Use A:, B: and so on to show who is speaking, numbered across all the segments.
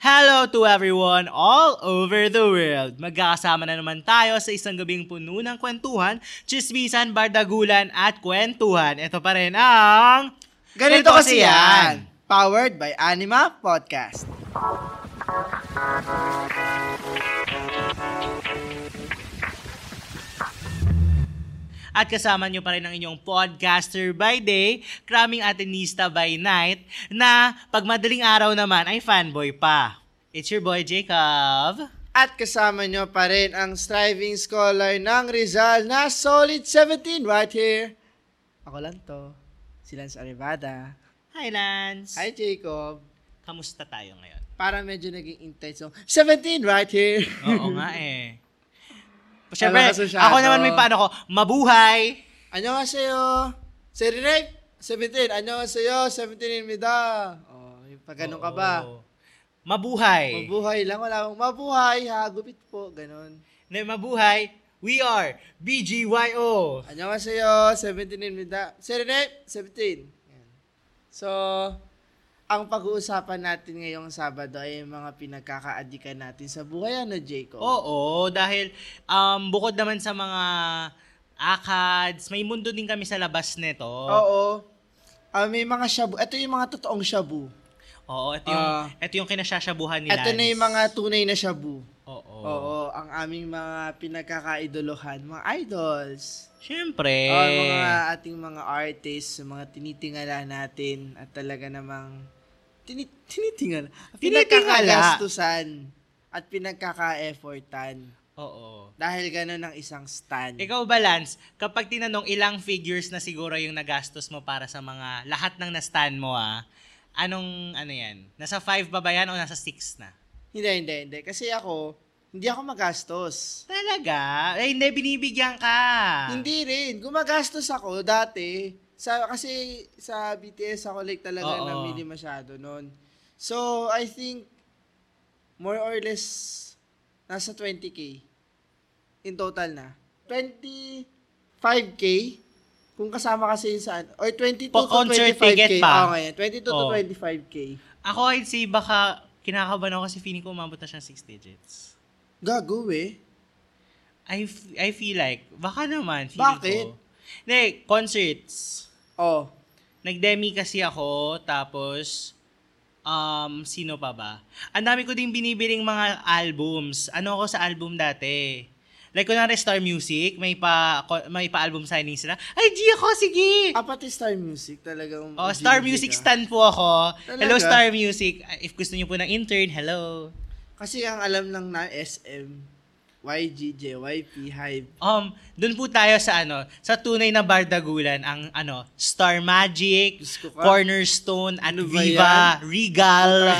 A: Hello to everyone all over the world! Magkakasama na naman tayo sa isang gabing puno ng kwentuhan, chismisan, bardagulan at kwentuhan. Ito pa rin ang...
B: Ganito kasi yan! Powered by Anima Podcast.
A: At kasama nyo pa rin ang inyong podcaster by day, kraming atenista by night, na pag madaling araw naman ay fanboy pa. It's your boy Jacob.
B: At kasama nyo pa rin ang striving scholar ng Rizal na solid 17 right here. Ako lang to. Si Lance Arribada.
A: Hi Lance!
B: Hi, Jacob.
A: Kamusta tayo ngayon?
B: Para medyo naging intense. yung 17 right here.
A: Oo nga eh. Siyempre,
B: Alam ka, Susyado.
A: ako naman may paano ko, mabuhay!
B: Anyo Ano nga sa'yo. Sir Rape, 17. Anyo Ano nga sa'yo, 17 in mida. Oh, yung pag ganun ka
A: Oo.
B: ba?
A: Mabuhay.
B: Mabuhay lang, wala akong mabuhay, ha, gupit po, ganun.
A: Na mabuhay, we are BGYO.
B: Ano nga sa'yo, 17 in mida. Sir Rape, 17. Yan. So, ang pag-uusapan natin ngayong Sabado ay yung mga pinagkakaadikan natin sa buhay, ano, Jacob?
A: Oh. Oo, dahil um, bukod naman sa mga ACADS, may mundo din kami sa labas nito.
B: Oo. Ah, may mga shabu. Ito yung mga totoong shabu.
A: Oo, ito yung,
B: Ah.
A: ito yung kinasasyabuhan ni
B: Ito na
A: Lance.
B: yung mga tunay na shabu.
A: Oo.
B: Oo, ang aming mga pinagkakaidolohan, mga idols.
A: Siyempre.
B: Oh, mga ating mga artists, mga tinitingala natin at talaga namang tini, tinitingala. Pinagkakagastusan at pinagkaka-effortan.
A: Oo.
B: Dahil ganun ang isang stand.
A: Ikaw ba, Lance, kapag tinanong ilang figures na siguro yung nagastos mo para sa mga lahat ng na-stand mo, ah, anong, ano yan? Nasa 5 ba ba yan o nasa 6 na?
B: Hindi, hindi, hindi. Kasi ako, hindi ako magastos.
A: Talaga? Eh, hindi, binibigyan ka.
B: Hindi rin. Gumagastos ako dati. Sa, kasi sa BTS ako like talaga
A: Oo.
B: namili masyado noon. So, I think more or less nasa 20k in total na. 25k kung kasama kasi yun sa ano. Or 22
A: Pa-
B: to
A: concert
B: 25k.
A: ticket pa.
B: Oo, ngayon. 22 to
A: Oo.
B: 25k.
A: Ako, I'd say baka kinakabahan ako kasi feeling ko umabot na siyang 6 digits.
B: Gago eh.
A: I, f- I feel like, baka naman, feeling
B: Bakit?
A: ko. Hindi, concerts.
B: Oh.
A: Nag-demi kasi ako, tapos, um, sino pa ba? Ang dami ko ding binibiling mga albums. Ano ako sa album dati? Like, kunwari Star Music, may pa, ko- may pa-album signing sila. Ay, G ako, sige!
B: Apat Star Music talagang.
A: Oh, Star
B: G-Music
A: Music
B: ah.
A: stan po ako.
B: Talaga?
A: Hello, Star Music. Ah, If gusto niyo po ng intern, hello.
B: Kasi ang alam lang na SM, YG, JYP, Hive.
A: Um, doon po tayo sa ano, sa tunay na bardagulan ang ano, Star Magic,
B: Diyos ko ka.
A: Cornerstone, at
B: Ano ba
A: Viva, Regal,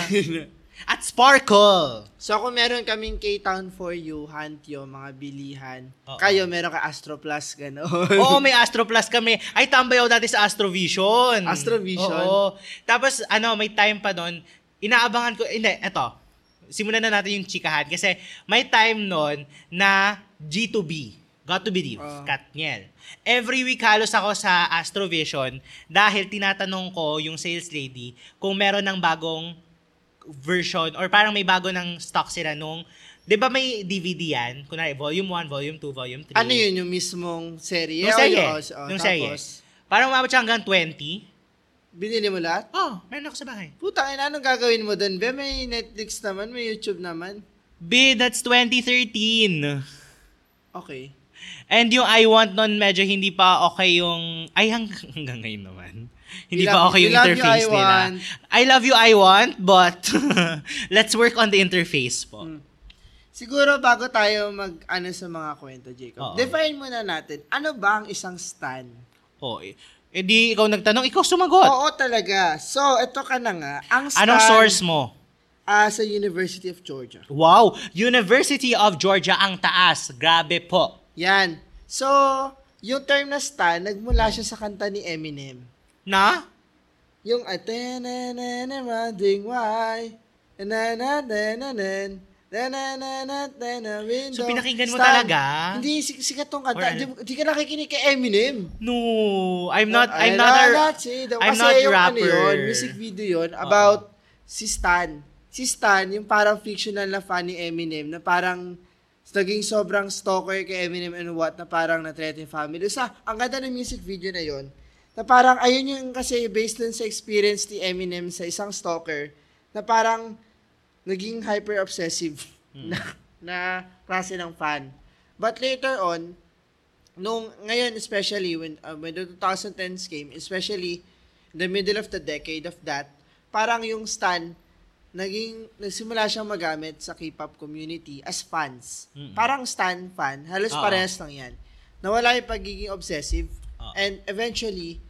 A: at Sparkle.
B: so kung meron kaming K-Town for you, Hantyo, mga bilihan.
A: Oo.
B: Kayo meron ka Astro Plus, gano'n.
A: Oo, Oh, may Astro Plus kami. Ay, tambay ako dati sa Astrovision.
B: Astrovision?
A: Oo. Tapos, ano, may time pa doon. Inaabangan ko, hindi, eto. Simulan na natin yung chikahan. Kasi may time noon na G2B. Got to believe.
B: Oo.
A: Katniel. Every week halos ako sa Astrovision dahil tinatanong ko yung sales lady kung meron ng bagong version or parang may bago ng stock sila nung 'Di ba may DVD yan? Kunwari, volume 1, volume 2, volume 3.
B: ano yun, yung mismong serye?
A: Nung
B: O
A: serye.
B: yun, o, o,
A: Nung serye.
B: Oh, tapos,
A: Parang umabot siya hanggang 20.
B: binili mo lahat?
A: Oh, meron ako sa bahay.
B: Putang ina, anong gagawin mo doon? Be, may Netflix naman, may YouTube naman.
A: B, that's 2013.
B: Okay.
A: And yung I want nun, medyo hindi pa okay yung... Ay, hang, hanggang ngayon naman. Hindi
B: We
A: pa
B: love-
A: okay yung
B: we love you,
A: interface
B: I
A: nila.
B: want.
A: I love you, I want, but let's work on the interface po.
B: Mm. Siguro bago tayo mag ano sa mga kwento, Jacob.
A: Oo.
B: Define muna natin, ano ba ang isang stan?
A: Oh, eh, eh di ikaw nagtanong, ikaw sumagot.
B: Oo talaga. So, ito ka na nga. Ang stan,
A: Anong source mo?
B: ah, sa University of Georgia.
A: Wow, University of Georgia ang taas. Grabe po.
B: Yan. So, yung term na stan, nagmula siya sa kanta ni Eminem.
A: Na?
B: Yung "Ah, atenenenen running why nananenenen nananenenen window.
A: So, pinakinggan mo
B: Stan.
A: talaga?
B: Hindi, si- sikat tong
A: Or
B: kanta.
A: ano?
B: Hindi hindi ka nakikinig kay Eminem.
A: No, I'm not, I'm
B: I
A: not, a-
B: love that shit.
A: I'm
B: Kasi
A: not
B: yung ano
A: rapper.
B: yun, music video yun, about si Stan. si Stan, yung parang fictional na fan ni Eminem, na parang naging sobrang stalker kay Eminem and what, na parang na-threaten yung family. Sa, ang ganda ng music video na yon na parang ayun yung kasi based dun sa experience ni Eminem sa isang stalker, na parang naging hyper-obsessive na, na klase ng fan. But later on, nung ngayon especially when uh, when the 2010s came, especially the middle of the decade of that, parang yung stan naging nagsimula siyang magamit sa K-pop community as fans.
A: Mm.
B: Parang stan fan, halos
A: Oo.
B: parehas lang 'yan. Nawala yung pagiging obsessive
A: Oo.
B: and eventually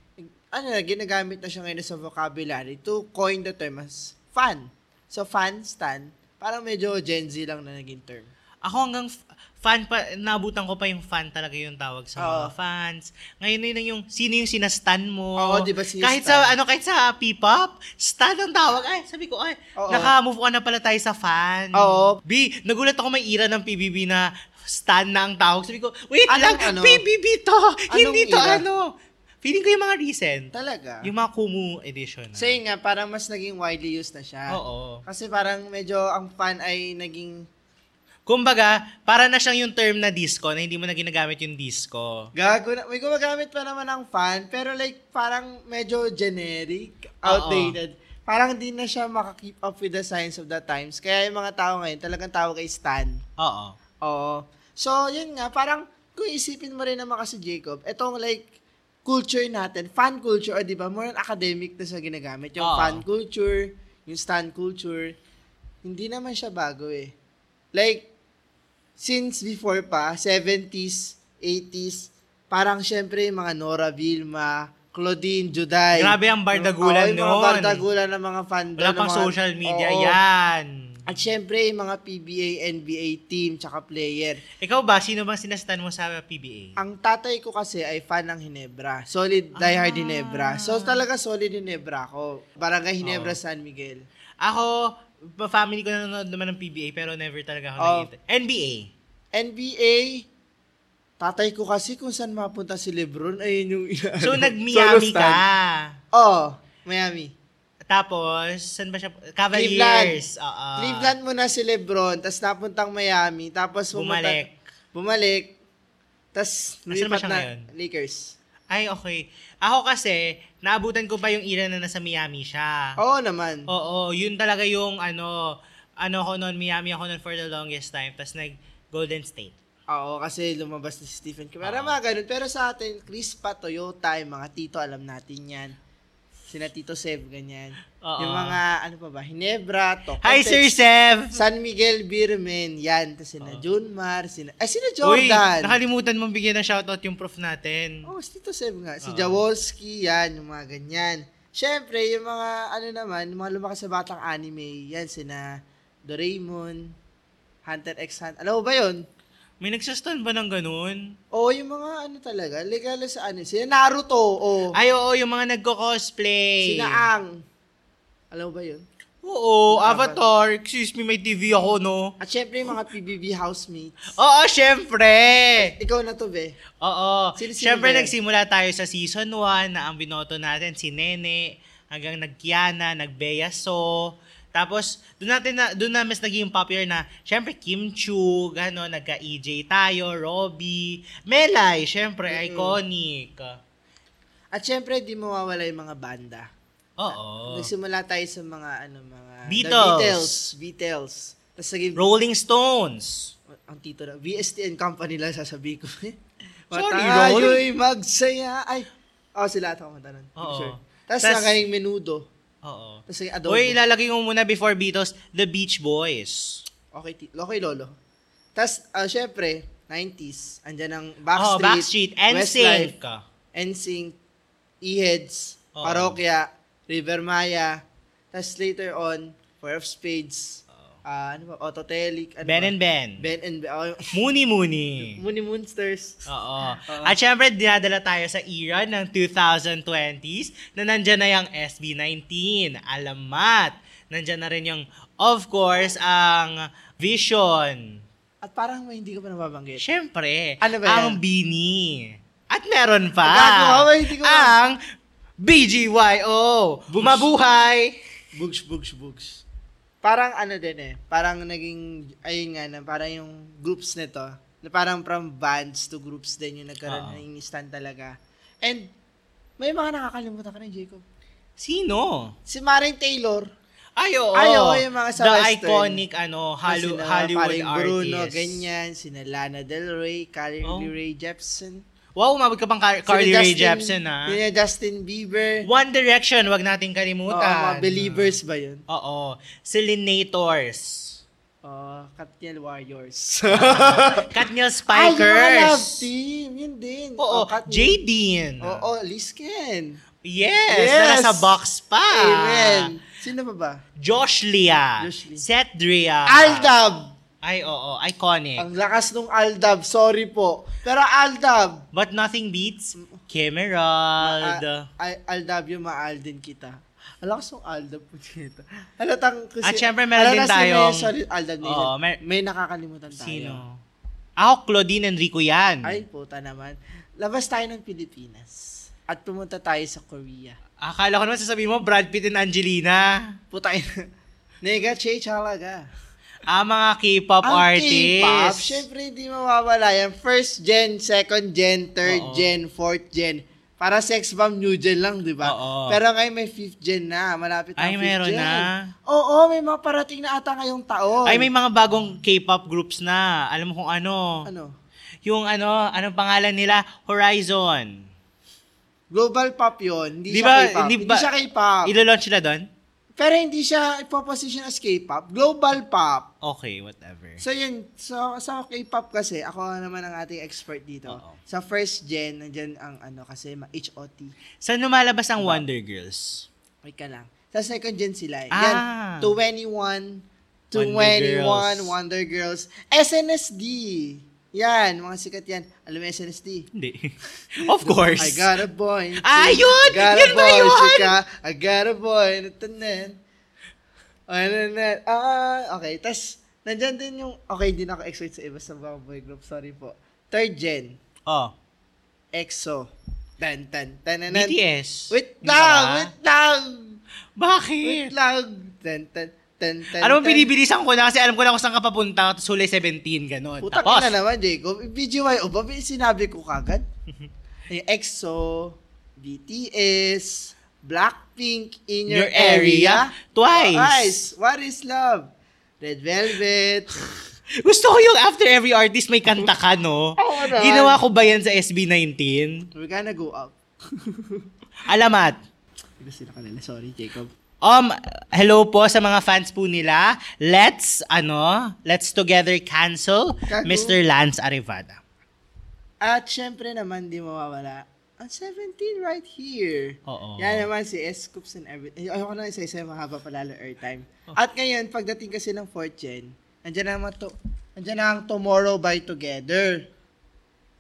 B: ano na ginagamit na siya ngayon sa vocabulary to coin the term as fan. So fan stan, parang medyo Gen Z lang na naging term.
A: Ako hanggang f- fan pa, nabutan ko pa yung fan talaga yung tawag sa mga
B: Oo.
A: fans. Ngayon na yun yung, sino yung sinastan mo.
B: Oo, di ba sinistan?
A: Kahit sa, ano, kahit sa P-pop, stan ang tawag. Ay, sabi ko, ay,
B: Oo.
A: naka-move on na pala tayo sa fan.
B: Oo.
A: B, nagulat ako may ira ng PBB na stan na ang tawag. Sabi ko, wait
B: Anong
A: lang,
B: ano?
A: PBB to. Hindi to
B: ira?
A: ano. Feeling ko yung mga recent.
B: Talaga.
A: Yung mga Kumu edition. ah.
B: So yun nga, parang mas naging widely used na siya.
A: Oo.
B: Kasi parang medyo ang fan ay naging
A: Kumbaga, para na siyang yung term na disco na hindi mo na ginagamit yung disco.
B: gago na. May gumagamit pa naman ang fan, pero like parang medyo generic, outdated. Parang hindi na siya makakeep up with the science of the times. Kaya yung mga tao ngayon talagang tawag ay stan.
A: Oo.
B: Oo. So, yun nga, parang kung isipin mo rin naman kasi Jacob, itong like culture natin, fan culture, o di ba, more on academic na siya ginagamit. Yung
A: Oo.
B: fan culture, yung stan culture, hindi naman siya bago eh. Like, since before pa, 70s, 80s, parang syempre yung mga Nora Vilma, Claudine, Juday.
A: Grabe ang bardagulan
B: Oo, yung mga
A: noon.
B: bardagulan ng mga fan doon,
A: Wala
B: ng
A: pang
B: mga-
A: social media
B: Oo.
A: yan.
B: At syempre, yung mga PBA, NBA team, tsaka player.
A: Ikaw ba, sino bang sinastan mo sa PBA?
B: Ang tatay ko kasi ay fan ng Hinebra. Solid diehard
A: Ah.
B: Hinebra. So talaga solid Hinebra ako. Barangay Hinebra San Miguel.
A: Ako, pa- family ko nanonood naman ng PBA pero never talaga ako
B: Oh.
A: nakita. NBA.
B: NBA, tatay ko kasi kung saan mapunta si Lebron, ayun yung inaano.
A: So,
B: Solo
A: nag-Miami
B: stan.
A: ka.
B: Oo, oh, Miami.
A: Tapos, saan ba siya? Cavaliers. Oo.
B: Cleveland muna si Lebron, tapos napuntang Miami, tapos pumunta-
A: Bumalik.
B: Bumalik. Tapos
A: Nasaan ba
B: lumipat
A: siya
B: na
A: ngayon?
B: Lakers.
A: Ay, okay. Ako kasi, naabutan ko pa yung era na nasa Miami siya.
B: Oo naman.
A: Oo, yun talaga yung ano, ano ako noon, Miami ako noon for the longest time. Tapos nag Golden State.
B: Oo, kasi lumabas na si Stephen Curry. Parang
A: Ah.
B: mga ganun. Pero sa atin, Chris pa, Toyota, yung mga tito, alam natin yan. Sina Tito Sev, ganyan.
A: Oo.
B: Yung mga, ano pa ba, Hinebra, Tokotex,
A: Hi, Sir Sev!
B: San Miguel Birmen, yan. Tapos sina Junmar, sina, eh, sina
A: Uy,
B: Jordan.
A: nakalimutan mong bigyan ng shoutout yung prof natin.
B: Oo, oh, si Tito Sev nga.
A: Oo.
B: Si Jaworski, yan, yung mga ganyan. Siyempre, yung mga, ano naman, yung mga lumakas sa batang anime, yan, sina Doraemon, Hunter x Hunter. Alam mo ba yun?
A: May nagsustan ba ng ganun?
B: Oo, yung mga ano talaga, legal sa ano, sina Naruto, oo.
A: Ay, oo, yung mga nagko-cosplay.
B: Sina Ang. Alam mo ba yun?
A: Oo, Avatar. Excuse me, may TV ako, no?
B: At syempre yung mga PBB housemates.
A: Oo, syempre!
B: Ikaw na to, be.
A: Oo.
B: Sino- sino
A: Siyempre,
B: ba yan?
A: nagsimula tayo sa season 1 na ang binoto natin si Nene, hanggang nagkiana, nagbeyaso. Tapos, doon natin na, doon na mas naging popular na, syempre, Kim Chu, gano'n, nagka-EJ tayo, Robby, Melay, syempre, iconic.
B: At syempre, di mawawala yung mga banda.
A: Oo.
B: Nagsimula tayo sa mga, ano, mga...
A: Oh. Beatles.
B: The Beatles. Beatles. Tapos naging...
A: Rolling Stones.
B: ang tito na, VST and Company lang sasabihin ko.
A: Sorry,
B: Matayo'y magsaya. Ay, oh, sila ata kumanta nun.
A: Oo.
B: Sure. Tapos
A: Tas-
B: naging menudo.
A: Oo.
B: Tapos naging adobo.
A: Uy, ilalagay mo muna before Beatles, The Beach Boys.
B: Okay, ti- okay lolo. Tapos, ah, syempre, 90s, andyan ang
A: Backstreet,
B: Backstreet,
A: oh, Backstreet, NSYNC.
B: Westlife, NSYNC, E-Heads,
A: Oo.
B: Parokya, River Maya, tapos later on, Four of Spades, ah, ano ba, Autotelic, ano
A: Oh. Ben
B: ba?
A: and Ben.
B: Ben and Ben, oh,
A: Mooney Mooney.
B: Mooney Moonsters.
A: Oo. At syempre, dinadala tayo sa era ng 2020s na nandyan na yung SB19, Alamat. Nandyan na rin yung, of course, ang Vision.
B: At parang may hindi ko pa nababanggit.
A: Syempre,
B: Ano ba yan?
A: ang Bini. At meron pa
B: Gagawa, wait, hindi ko ma-
A: ang BGYO. Bumabuhay!
B: Bugs, bugs, bugs. parang ano din eh, parang naging, ayun nga, na parang yung groups nito, na parang from bands to groups din yung nagkaroon
A: Oo.
B: ng instant talaga. And, may mga nakakalimutan ka na, Jacob.
A: Sino?
B: Si Maring Taylor,
A: Ay, oo.
B: Ay, oo, yung mga sa
A: The
B: Western.
A: iconic, ano, Hollywood,
B: sina
A: Hollywood
B: paring
A: artist.
B: Bruno, ganyan, sina Lana Del Rey, Carly
A: Oh.
B: Rae Jepsen,
A: Wow, umabot ka pang Car- Carly
B: sina
A: Rae
B: Justin-
A: Jepsen, ah. ha?
B: Sina Justin Bieber.
A: One Direction, wag nating
B: Oo,
A: kalimutan.
B: mga believers ba yun?
A: Oo. Selenators.
B: Oh, Katniel Warriors.
A: Katniel
B: Ay, yung mga love
A: Spikers.
B: team. Yun din.
A: Oo,
B: Katniel.
A: Jaden.
B: Oo, Lisken.
A: Yes,
B: Yes.
A: na nasa box pa.
B: Amen. Sino pa ba?
A: Josh Lia.
B: Josh Lia.
A: Seth Drea.
B: Aldab.
A: Ay, oo, iconic.
B: Ang lakas nung Aldab. Sorry po. Pero Aldab.
A: But nothing beats
B: Mm.
A: Kemerald.
B: Al- Ah, Aldab yung maaldin kita. Ang lakas nung Aldab po dito. Halatang kasi...
A: At Ah, syempre, meron
B: Alam
A: din
B: na si May-
A: tayong-
B: Sorry, Aldab Nation.
A: Oo, mer-
B: may nakakalimutan tayo.
A: Sino? Ako, Claudine Enrico yan.
B: Ay, puta naman. Labas tayo ng Pilipinas. At pumunta tayo sa Korea.
A: Akala ko naman sasabihin mo, Brad Pitt and Angelina.
B: Puta ina. Nega, Che Chalaga.
A: Ah, mga K-pop artists.
B: K-pop, syempre hindi mawawala yan. First gen, second gen,
A: Oo.
B: third gen, fourth gen. Para sex bomb, new gen lang, di ba?
A: Oo.
B: Pero ngayon may fifth gen na. Malapit na
A: Ay,
B: ang fifth
A: meron
B: gen.
A: na.
B: Oo, may mga parating na ata ngayong taon.
A: Ay, may mga bagong K-pop groups na. Alam mo kung ano.
B: Ano?
A: Yung ano, anong pangalan nila? Horizon.
B: Global pop yun. Hindi
A: Di
B: siya
A: ba-
B: K-pop.
A: di
B: Hindi,
A: ba-
B: siya K-pop.
A: Ilo-launch nila doon?
B: Pero hindi siya ipoposition as K-pop. Global pop.
A: Okay, whatever.
B: So yun, so sa K-pop kasi, ako naman ang ating expert dito.
A: Oo.
B: Sa first gen, nandyan ang ano kasi, ma- HOT.
A: Saan lumalabas ang
B: Diba?
A: Wonder Girls?
B: Wait ka lang. Sa second gen sila eh.
A: Ah.
B: Yan, 21,
A: Wonder
B: 21,
A: Girls.
B: Wonder Girls. SNSD. Yan, mga sikat yan. Alam mo yung SNSD?
A: Hindi. of course.
B: I got a boy.
A: Ah, yun!
B: Got
A: Yun
B: a
A: ba
B: boy,
A: yun?
B: chika. I got a boy. Natanen. Ano na. Ah, okay. Tapos, nandyan din yung... Okay, hindi na ako expert sa iba sa mga boy group. Sorry po. Third gen.
A: Oh,
B: EXO. Tan, tan, tan, tan, tan.
A: BTS.
B: Wait
A: Hindi ka
B: lang!
A: ba?
B: Wait lang!
A: Bakit?
B: Wait lang! Tan, tan, tan, tan,
A: Ano bang
B: tan.
A: binibilisan ko na kasi alam ko na kung saan ka papunta, tapos huli 17, ganun.
B: Puta ka
A: Tapos,
B: na naman, Jacob. BGY o ba? Sinabi ko kagad. Eh, EXO, BTS, Blackpink in
A: Your
B: your,
A: area, Twice.
B: What is love? Red Velvet.
A: gusto ko yung after every artist may kanta ka, no?
B: Oo naman.
A: Ginawa ko ba yan sa SB19?
B: We're gonna go up.
A: Alamat.
B: Iba sila kanila. Sorry, Jacob.
A: Um, hello po sa mga fans po nila. Let's, ano, let's together cancel
B: Gago.
A: Mr. Lance Arevada.
B: At syempre naman, di mawawala. Ang 17 right here.
A: Oo.
B: Yan naman si S. Coops and everything. Ayoko na isa isa mahaba pa lalo airtime.
A: Oh.
B: At ngayon, pagdating kasi ng 4th gen, andyan na naman to, andyan na ang Tomorrow by Together.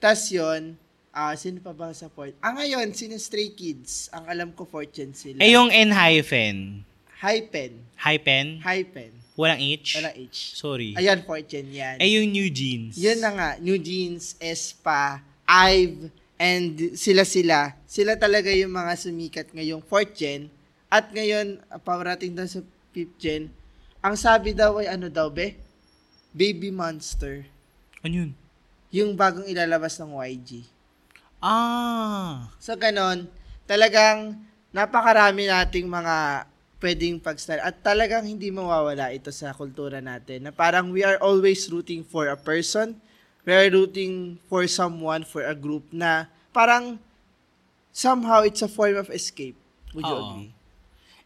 B: Tapos yun, ah, sino pa ba sa 4th? Ah, ngayon, sino Stray Kids? Ang alam ko 4th gen sila.
A: Eh, yung N-hyphen.
B: Hypen.
A: Hyphen?
B: Hypen.
A: Walang H?
B: Walang H.
A: Sorry.
B: Ayan, 4th gen yan.
A: eh, yung New Jeans.
B: Yun na nga, New Jeans, Espa, Ive, and sila-sila. Sila talaga yung mga sumikat ngayong 4th gen. At ngayon, ah, parating daw sa 5th gen, ang sabi daw ay ano daw be? Baby Monster.
A: Ano yun?
B: Yung bagong ilalabas ng YG.
A: Ah.
B: So, ganon. Talagang napakarami nating mga pwedeng pag-style. At talagang hindi mawawala ito sa kultura natin. Na parang we are always rooting for a person. We are rooting for someone, for a group na parang somehow it's a form of escape. Would you
A: Oo.
B: agree?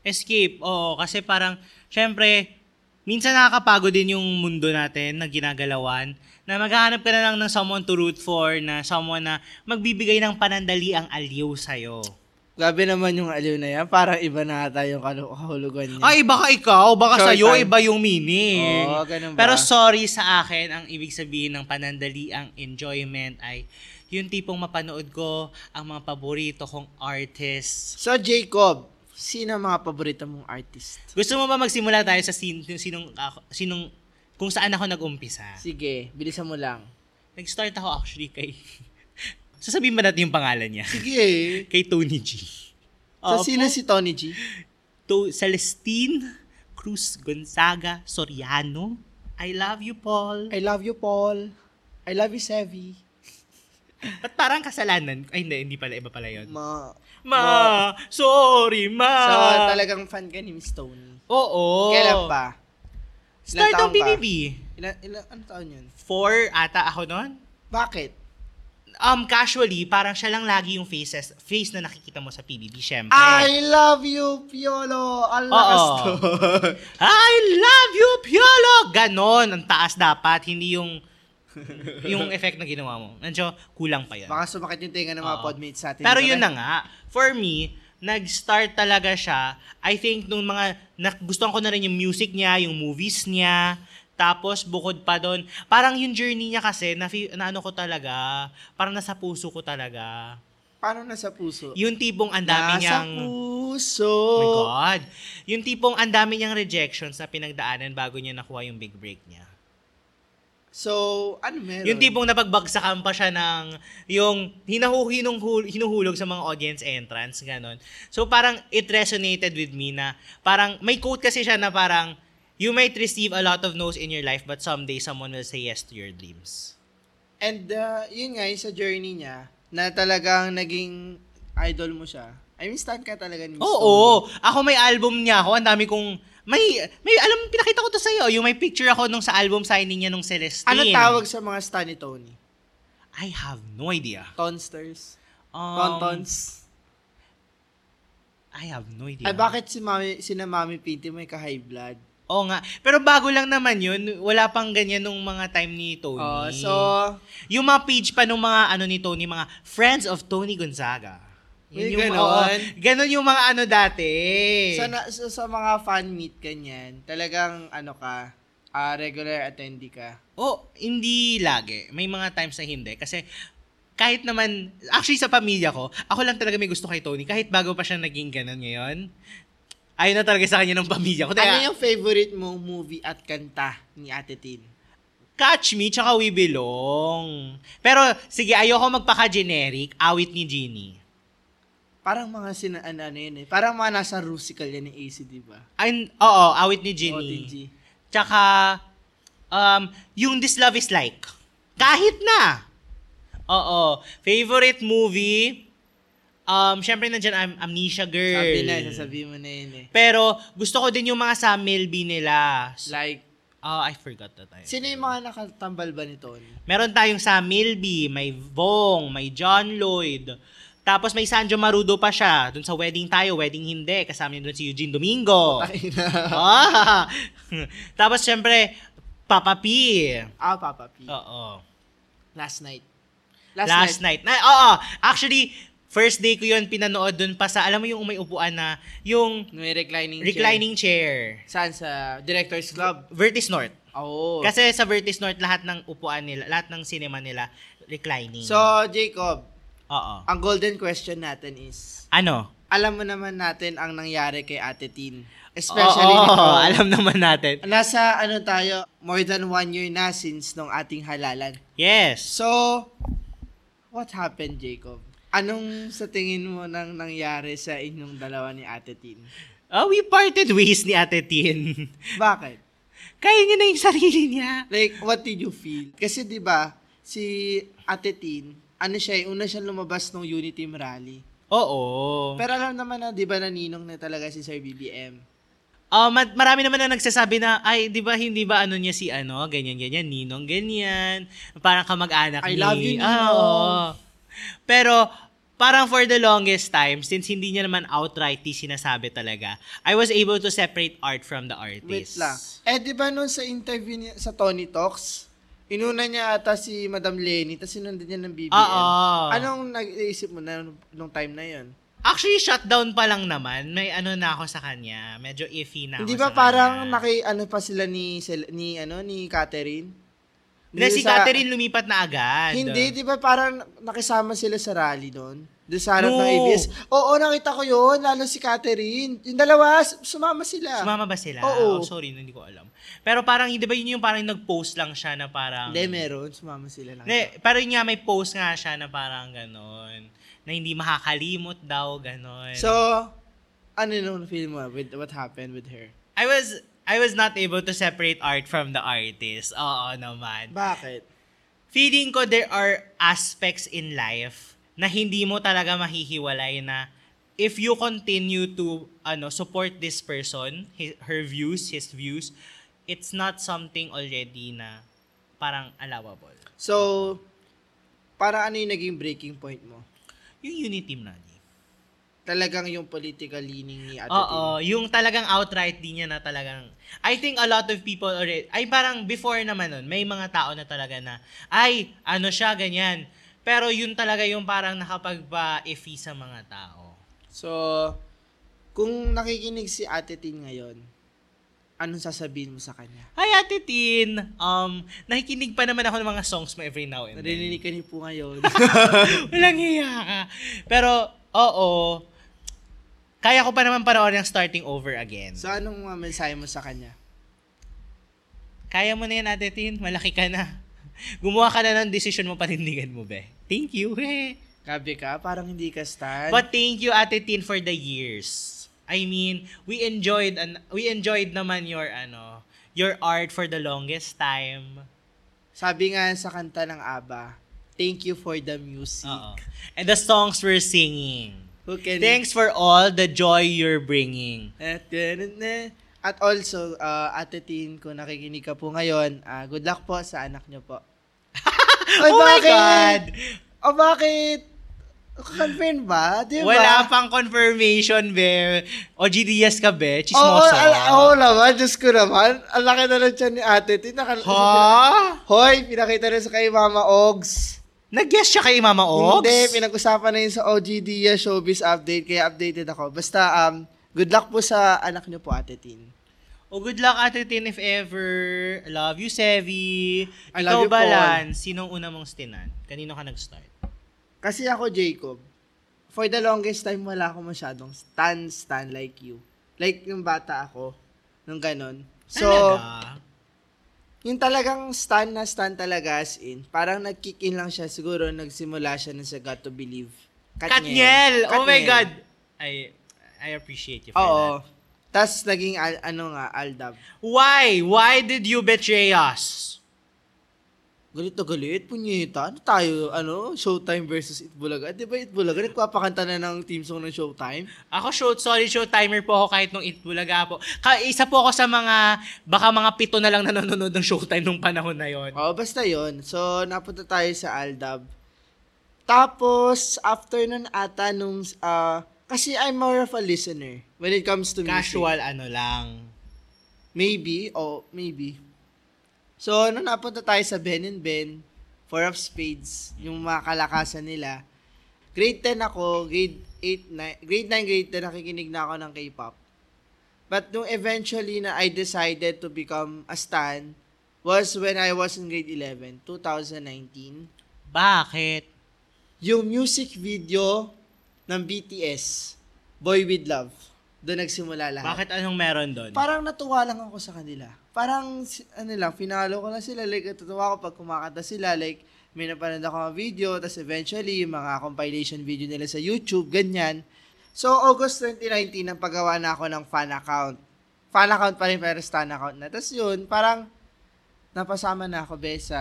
A: Escape. Oo, kasi parang, syempre, minsan nakakapagod din yung mundo natin na ginagalawan na maghahanap ka na lang ng someone to root for, na someone na magbibigay ng panandali ang aliw sa'yo.
B: Grabe naman yung aliw na yan. Parang iba na ata yung kalu- kahulugan niya.
A: Mm. Ay, baka ikaw, baka
B: Short
A: sa'yo,
B: time.
A: iba yung meaning.
B: Oo, ganun ba?
A: Pero sorry sa akin, ang ibig sabihin ng panandali, ang enjoyment ay yung tipong mapanood ko ang mga paborito kong artists.
B: So, Jacob, sino ang mga paborito mong artist?
A: Gusto mo ba magsimula tayo sa sin- sinong, ako- sinong, kung saan ako nag-umpisa?
B: Sige, bilisan mo lang.
A: Nag-start ako actually kay, sasabihin ba natin yung pangalan niya?
B: Sige.
A: Kay Tony G. Oo,
B: So, sino si Tony G?
A: to Celestine Cruz Gonzaga Soriano. I love you, Paul.
B: I love you, Paul. I love you, Sevi.
A: Ba't parang kasalanan? Ay, hindi, hindi pala. Iba pala yun.
B: Ma.
A: Ma, sorry, ma.
B: So, talagang fan ka ni Miss Tony.
A: Ah. Oo.
B: Kailan pa? Ilang
A: Start ng
B: taon ka?
A: PBB.
B: Ilan, ilan, ano taon yun?
A: Four ata ako nun.
B: Bakit?
A: Um, casually, parang siya lang lagi yung faces, face na nakikita mo sa PBB, syempre.
B: I love you, Piolo! Ang lakas
A: Oo.
B: to.
A: I love you, Piolo! Ganon, ang taas dapat, hindi yung yung effect na ginawa mo. Nandiyo, kulang pa yun.
B: Baka sumakit yung tinga ng mga
A: Oo.
B: podmates natin.
A: Pero yun na nga, for me, nag-start talaga siya, I think, nung mga, na, gustuhan ko na rin yung music niya, yung movies niya, tapos bukod pa doon, parang yung journey niya kasi, na, fi- na ano ko talaga, parang nasa puso ko talaga.
B: Paano nasa puso?
A: Yung tipong ang dami
B: nasa
A: niyang...
B: puso.
A: Oh my God. Yung tipong ang dami niyang rejections na pinagdaanan bago niya nakuha yung big break niya.
B: So, ano meron?
A: Yung tipong napagbagsakan pa siya ng yung hinahuhinong hinuhulog sa mga audience entrance, ganon. So parang it resonated with me na parang may quote kasi siya na parang you might receive a lot of no's in your life but someday someone will say yes to your dreams.
B: And uh, yun nga, yung sa journey niya, na talagang naging idol mo siya. I mean, stan ka talaga ni Miss Tony.
A: Oo, ako may album niya ako, ang dami kong may may alam pinakita ko to sa iyo, yung may picture ako nung sa album signing niya nung Celestine.
B: Ano tawag sa mga stan ni Tony?
A: I have no idea.
B: Tonsters?
A: Um,
B: Tontons?
A: I have no idea.
B: Ay, bakit si Mami, sina Mami Pinti may ka-high blood?
A: Oo nga. Pero bago lang naman yun, wala pang ganyan nung mga time ni Tony.
B: Oh, so,
A: Yung mga page pa nung mga ano ni Tony, mga friends of Tony Gonzaga.
B: May
A: yung,
B: ganon?
A: oo. ganon yung mga ano dati.
B: sa, Eh. na- sa, sa mga fan meet ganyan, talagang ano ka, ah, regular attendee ka.
A: Oh, hindi lagi. May mga times na hindi. Kasi kahit naman, actually sa pamilya ko, ako lang talaga may gusto kay Tony. Kahit bago pa siya naging ganon ngayon, ayaw na talaga sa kanya ng pamilya ko. Kaya-
B: Ano yung favorite mong movie at kanta ni Ate Tin?
A: Catch Me tsaka We Belong. Pero sige, ayoko magpaka-generic. Awit ni Genie.
B: Parang mga sina, ano, ano yun eh. Parang mga nasa Rusical yan ni AC, di ba?
A: Ay, oo, awit ni
B: OTG.
A: Genie. Tsaka, um, yung This Love Is Like. Kahit na. Oo. Favorite movie? Um, syempre nandyan Am- Amnesia Girl.
B: Sabi na, sasabihin mo na yun eh.
A: Pero gusto ko din yung mga sa Melby nila.
B: Like,
A: Oh, I forgot the time.
B: sino yung mga nakatambal ba ni Tony?
A: Meron tayong sa Milby, may Vong, may John Lloyd. Tapos may Sanjo Marudo pa siya. Doon sa wedding tayo, wedding hindi. Kasama niya doon si Eugene Domingo.
B: Ay, na.
A: Ah! Tapos syempre, Papa P.
B: Ah, Papa P.
A: Oo.
B: Last night.
A: Oh. Last, night. Na, oo. Actually, first day ko yun, pinanood doon pa sa, alam mo yung may upuan na, yung
B: May reclining chair.
A: reclining chair.
B: Saan? Sa Director's Club?
A: Vertis North.
B: Oo.
A: Kasi sa Vertis North, lahat ng upuan nila, lahat ng cinema nila, reclining.
B: so, Jacob,
A: oo.
B: ang golden question natin is,
A: Ano?
B: alam mo naman natin ang nangyari kay Ate Tin. Especially
A: Oo,
B: nito.
A: alam naman natin.
B: Nasa ano tayo, more than one year na since nung ating halalan.
A: Yes.
B: So, what happened, Jacob? Anong sa tingin mo nang nangyari sa inyong dalawa ni Ate Tin?
A: Oh, we parted ways ni Ate Tin.
B: Bakit?
A: Kaya niya na yung sarili niya.
B: Like, what did you feel? Kasi 'di ba si Ate Tin, ano siya, eh, una siya lumabas nung Unity Team Rally.
A: Oo. Pero,
B: Pero alam naman na, di ba, naninong na talaga si Sir BBM.
A: Oh, marami naman na nagsasabi na, ay, di ba, hindi ba ano niya si ano, ganyan, ganyan, ninong, ganyan. Parang kamag-anak
B: I
A: ni...
B: love you,
A: Ah,
B: Ninong.
A: oo. Pero, parang for the longest time, since hindi niya naman outrightly sinasabi talaga, I was able to separate art from the artist.
B: Wait lang. Eh, di ba nun sa interview niya, sa Tony Talks, inuna niya ata si Madam Lenny, tapos sinundan niya ng BBM.
A: Ah, Oo.
B: Anong nag-iisip mo na nung- nung time na yon?
A: Actually, shutdown pa lang naman. May ano na ako sa kanya. Medyo iffy na ako
B: Hindi
A: sa
B: ba parang
A: kanya.
B: naki, ano pa sila ni, Sel- ni, ano, ni Catherine?
A: Na si
B: Dito sa-
A: Catherine lumipat na agad.
B: Hindi, di ba parang nakisama sila sa rally doon? Doon sa harap
A: No.
B: ng ABS. Oo, nakita ko yun, lalo si Catherine. Yung dalawa, s- sumama sila.
A: Sumama ba sila? Oh,
B: Oo.
A: sorry, hindi ko alam. Pero parang, hindi ba yun yung parang nag-post lang siya na parang...
B: Hindi, meron. Sumama sila lang.
A: Hindi, pero yun nga, may post nga siya na parang ganon. Na hindi makakalimot daw, ganon.
B: So, ano nung feel mo with what happened with her?
A: I was I was not able to separate art from the artist. Oo naman.
B: Bakit?
A: Feeling ko there are aspects in life na hindi mo talaga mahihiwalay na if you continue to ano support this person, his, her views, his views, it's not something already na parang allowable.
B: So, para ano yung naging breaking point mo?
A: Yung unity mo na di.
B: Talagang yung political leaning ni Ate
A: Oo, yung talagang outright di niya na talagang I think a lot of people already ay parang before naman nun, may mga tao na talaga na ay ano siya ganyan. Pero yun talaga yung parang nakapagpa-iffy sa mga tao.
B: Tin. So, kung nakikinig si Ate Tin ngayon, anong sasabihin mo sa kanya?
A: Hi Ate Tin! Um, nakikinig pa naman ako ng mga songs mo every now and then.
B: Narinig ka niyo po ngayon.
A: Walang hiya ka. Pero, oo, kaya ko pa naman panoorin ang starting over again.
B: so, anong mga mensahe mo sa kanya?
A: Kaya mo na yan, Ate Tin. Malaki ka na. Gumawa ka na ng decision mo, panindigan mo, be. Thank you.
B: Grabe ka, parang hindi ka stan.
A: But thank you, Ate Tin, for the years. I mean, we enjoyed an we enjoyed naman your ano, your art for the longest time.
B: Sabi nga sa kanta ng ABBA, thank you for the music.
A: Oo. And the songs we're singing.
B: Who can...
A: Thanks for all the joy you're bringing.
B: At, at also, uh, Ate Tin, kung nakikinig ka po ngayon, ah, good luck po sa anak niyo po. Ay,
A: oh my
B: bakit?
A: God!
B: O bakit? Confirm ba? Di ba?
A: Wala pang confirmation, be. O, GDS ka, be.
B: Oo,
A: Chismoso.
B: al- oh. oo naman. Diyos ko naman. Ang laki na lang siya ni ate. Tin, nakal-
A: Ha?
B: Hoy, pinakita rin sa kay Mama Ogs.
A: Nag-guess siya kay Mama Ogs?
B: Hindi, pinag-usapan na yun sa OG Dia Showbiz Update, kaya updated ako. Basta, um, good luck po sa anak niyo po, Ate Tin.
A: O Oh, good luck Ate Tin if ever. Love you, Sevi. Ikaw
B: I love you,
A: ba,
B: Paul.
A: Lan? Sinong una mong stinan? Kanino ka nag-start?
B: Kasi ako, Jacob, for the longest time, wala ako masyadong stan, stan like you. Like nung bata ako, nung ganon. So,
A: Talaga?
B: yung talagang stan na stan talaga as in, parang nag-kick in lang siya, siguro nagsimula siya nun sa Got to Believe.
A: Katniel! Oh my
B: Katniel.
A: God! I I appreciate you for
B: Oo.
A: that.
B: Tapos naging, al- ano nga, Aldab.
A: Why? Why did you betray us?
B: Galit na galit, punyeta. Ano tayo, ano, Showtime versus Itbulaga. Di ba Itbulaga, nagpapakanta na ng team song ng Showtime?
A: Ako, show, solid show timer po ako kahit nung Itbulaga po. Ka isa po ako sa mga, baka mga pito na lang nanonood ng showtime nung panahon na yon.
B: Oo, Oh, basta yon So, napunta tayo sa Aldab. Tapos, after nun ata nung, ah, kasi I'm more of a listener when it comes to music.
A: Casual ano lang.
B: Maybe, oh, maybe. So, nung napunta tayo sa Ben and Ben, Four of Spades, yung mga kalakasan nila, grade 10 ako, grade 8, ni- grade 9, grade 10, nakikinig na ako ng K-pop. But nung eventually na I decided to become a stan was when I was in grade 11, 2019.
A: Bakit?
B: Yung music video ng BTS, Boy With Love, doon nagsimula lahat.
A: Bakit anong meron doon?
B: Ah. Parang natuwa lang ako sa kanila. Parang, si- ano lang, finalo ko lang sila. Like, natutuwa ako pag kumakanta sila. Like, may napanood ako mga video. Tapos eventually, yung mga compilation video nila sa YouTube, ganyan. So, August 2019, nang paggawa na ako ng fan account. Fan account pa rin, pero stan account na. Tapos yun, parang, napasama na ako, be, sa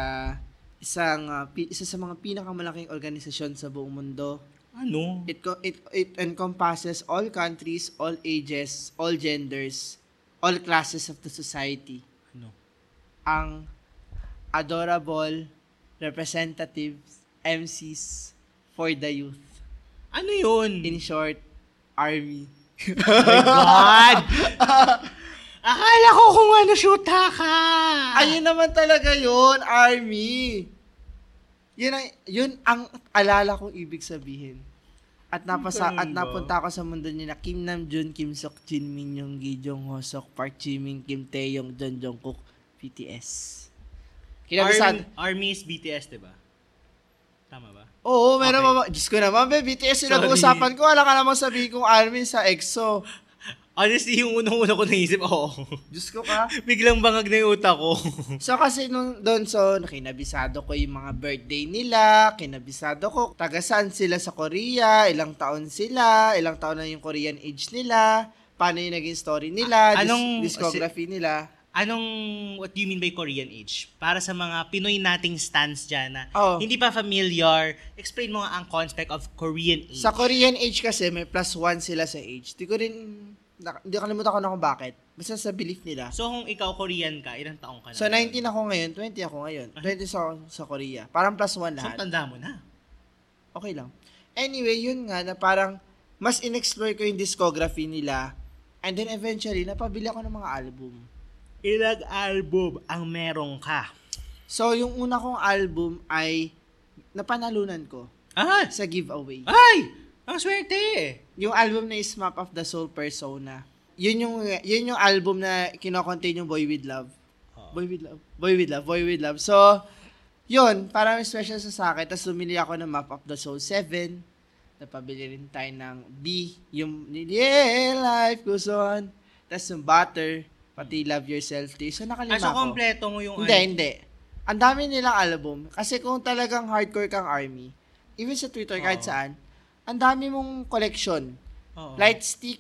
B: isang, ah, pi- isa sa mga pinakamalaking organisasyon sa buong mundo.
A: ano?
B: It, co- it, it encompasses all countries, all ages, all genders, all classes of the society.
A: Ano?
B: Ang adorable representatives, MCs for the youth.
A: Ano yun?
B: In short, ARMY.
A: my God! Akala ko kung ano shoota ka! Ah.
B: Ayun naman talaga yun, ARMY. Yun ang, yun ang alala kong ibig sabihin. At napasa
A: ganun
B: at
A: ba?
B: napunta ako sa mundo niya na Kim Namjoon, Kim Seok Jin, Min Young Gi, Jong Ho Seok, Park Jimin, Kim Taeyong, John Jungkook, BTS.
A: Army,
B: Kinabisan.
A: Army is BTS, di ba? Tama ba?
B: Oo, meron
A: Okay.
B: okay. ba? Diyos ko naman, be, BTS yung
A: Sorry.
B: nag-uusapan ko. Wala ka namang sabihin kong ARMY sa EXO.
A: Honestly, yung unang-una ko naisip, oo.
B: Diyos ko ka.
A: Biglang bangag na yung utak ko.
B: So kasi nung doon so kinabisado ko yung mga birthday nila, kinabisado ko taga saan sila sa Korea, ilang taon sila, ilang taon na yung Korean age nila, paano yung naging story nila, dis-
A: Ah, Anong-
B: discography nila.
A: Anong, what do you mean by Korean Age? Para sa mga Pinoy nating stance dyan na
B: Oo.
A: hindi pa familiar, explain mo nga ang concept of Korean Age.
B: Sa Korean age kasi, may plus one sila sa age. Di ko rin, na, di ko kalimutan ko na kung bakit. Basta sa belief nila.
A: so kung ikaw Korean ka, ilang taong ka na?
B: So, 19 ako ngayon, 20 ako ngayon.
A: Ano?
B: 20 sa, sa Korea. Parang plus one
A: So
B: lahat.
A: tanda mo na.
B: Okay lang. Anyway, yun nga na parang mas in-explore ko yung discography nila. And then eventually, napabili ako ng mga album.
A: Ilang album ang meron ka?
B: So, yung una kong album ay napanalunan ko
A: Ah!
B: sa giveaway.
A: Ay! Ang swerte eh.
B: Yung album na is Map of the Soul Persona. Yun yung, yun yung album na kinocontain yung Boy With Love.
A: Ah.
B: Boy With Love. Boy With Love. Boy With Love. So, yun, parang special sa sa akin. Tapos lumili ako ng Map of the Soul 7. Napabili rin tayo ng B. Yung Yeah, Life Goes On. Tapos yung Butter. Pati Love Yourself Too. So,
A: Hmm.
B: nakalima
A: Ah, so
B: ako.
A: kompleto mo yung
B: Hindi,
A: ano.
B: hindi. Ang dami nilang album. Kasi kung talagang hardcore kang ARMY, even sa Twitter kahit
A: Oo.
B: saan, ang dami mong collection.
A: Oo.
B: Light stick,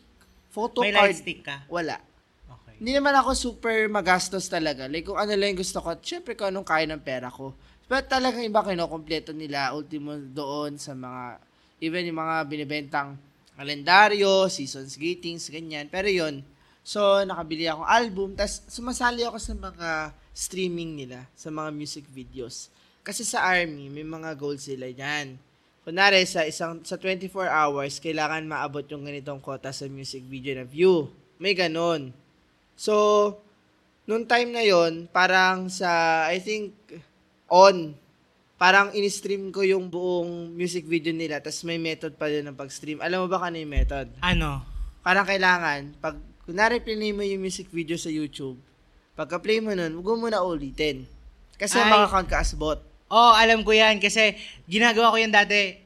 B: photo
A: May
B: card.
A: light stick ka?
B: Wala.
A: Okay.
B: Hindi naman ako super magastos talaga. Like, kung ano lang yung gusto ko, syempre kung anong kaya ng pera ko. But talagang iba kinukompleto nila, ultimo doon sa mga, even yung mga binibentang kalendaryo, seasons greetings, ganyan. Pero yon so nakabili akong album, tas sumasali ako sa mga streaming nila, sa mga music videos. Kasi sa ARMY, may mga goals sila yan. Kunwari, sa, isang, sa 24 hours, kailangan maabot yung ganitong quota sa music video na view. May ganon. So, nung time na yon parang sa, I think, on, parang in-stream ko yung buong music video nila, tapos may method pa yun ng pag-stream. Alam mo ba kano yung method?
A: Ano?
B: Parang kailangan, pag, kunwari, play mo yung music video sa YouTube, pagka-play mo nun, huwag mo na ulitin. Kasi
A: Ay.
B: makakount ka as bot.
A: Oh, alam ko yan kasi ginagawa ko yan dati.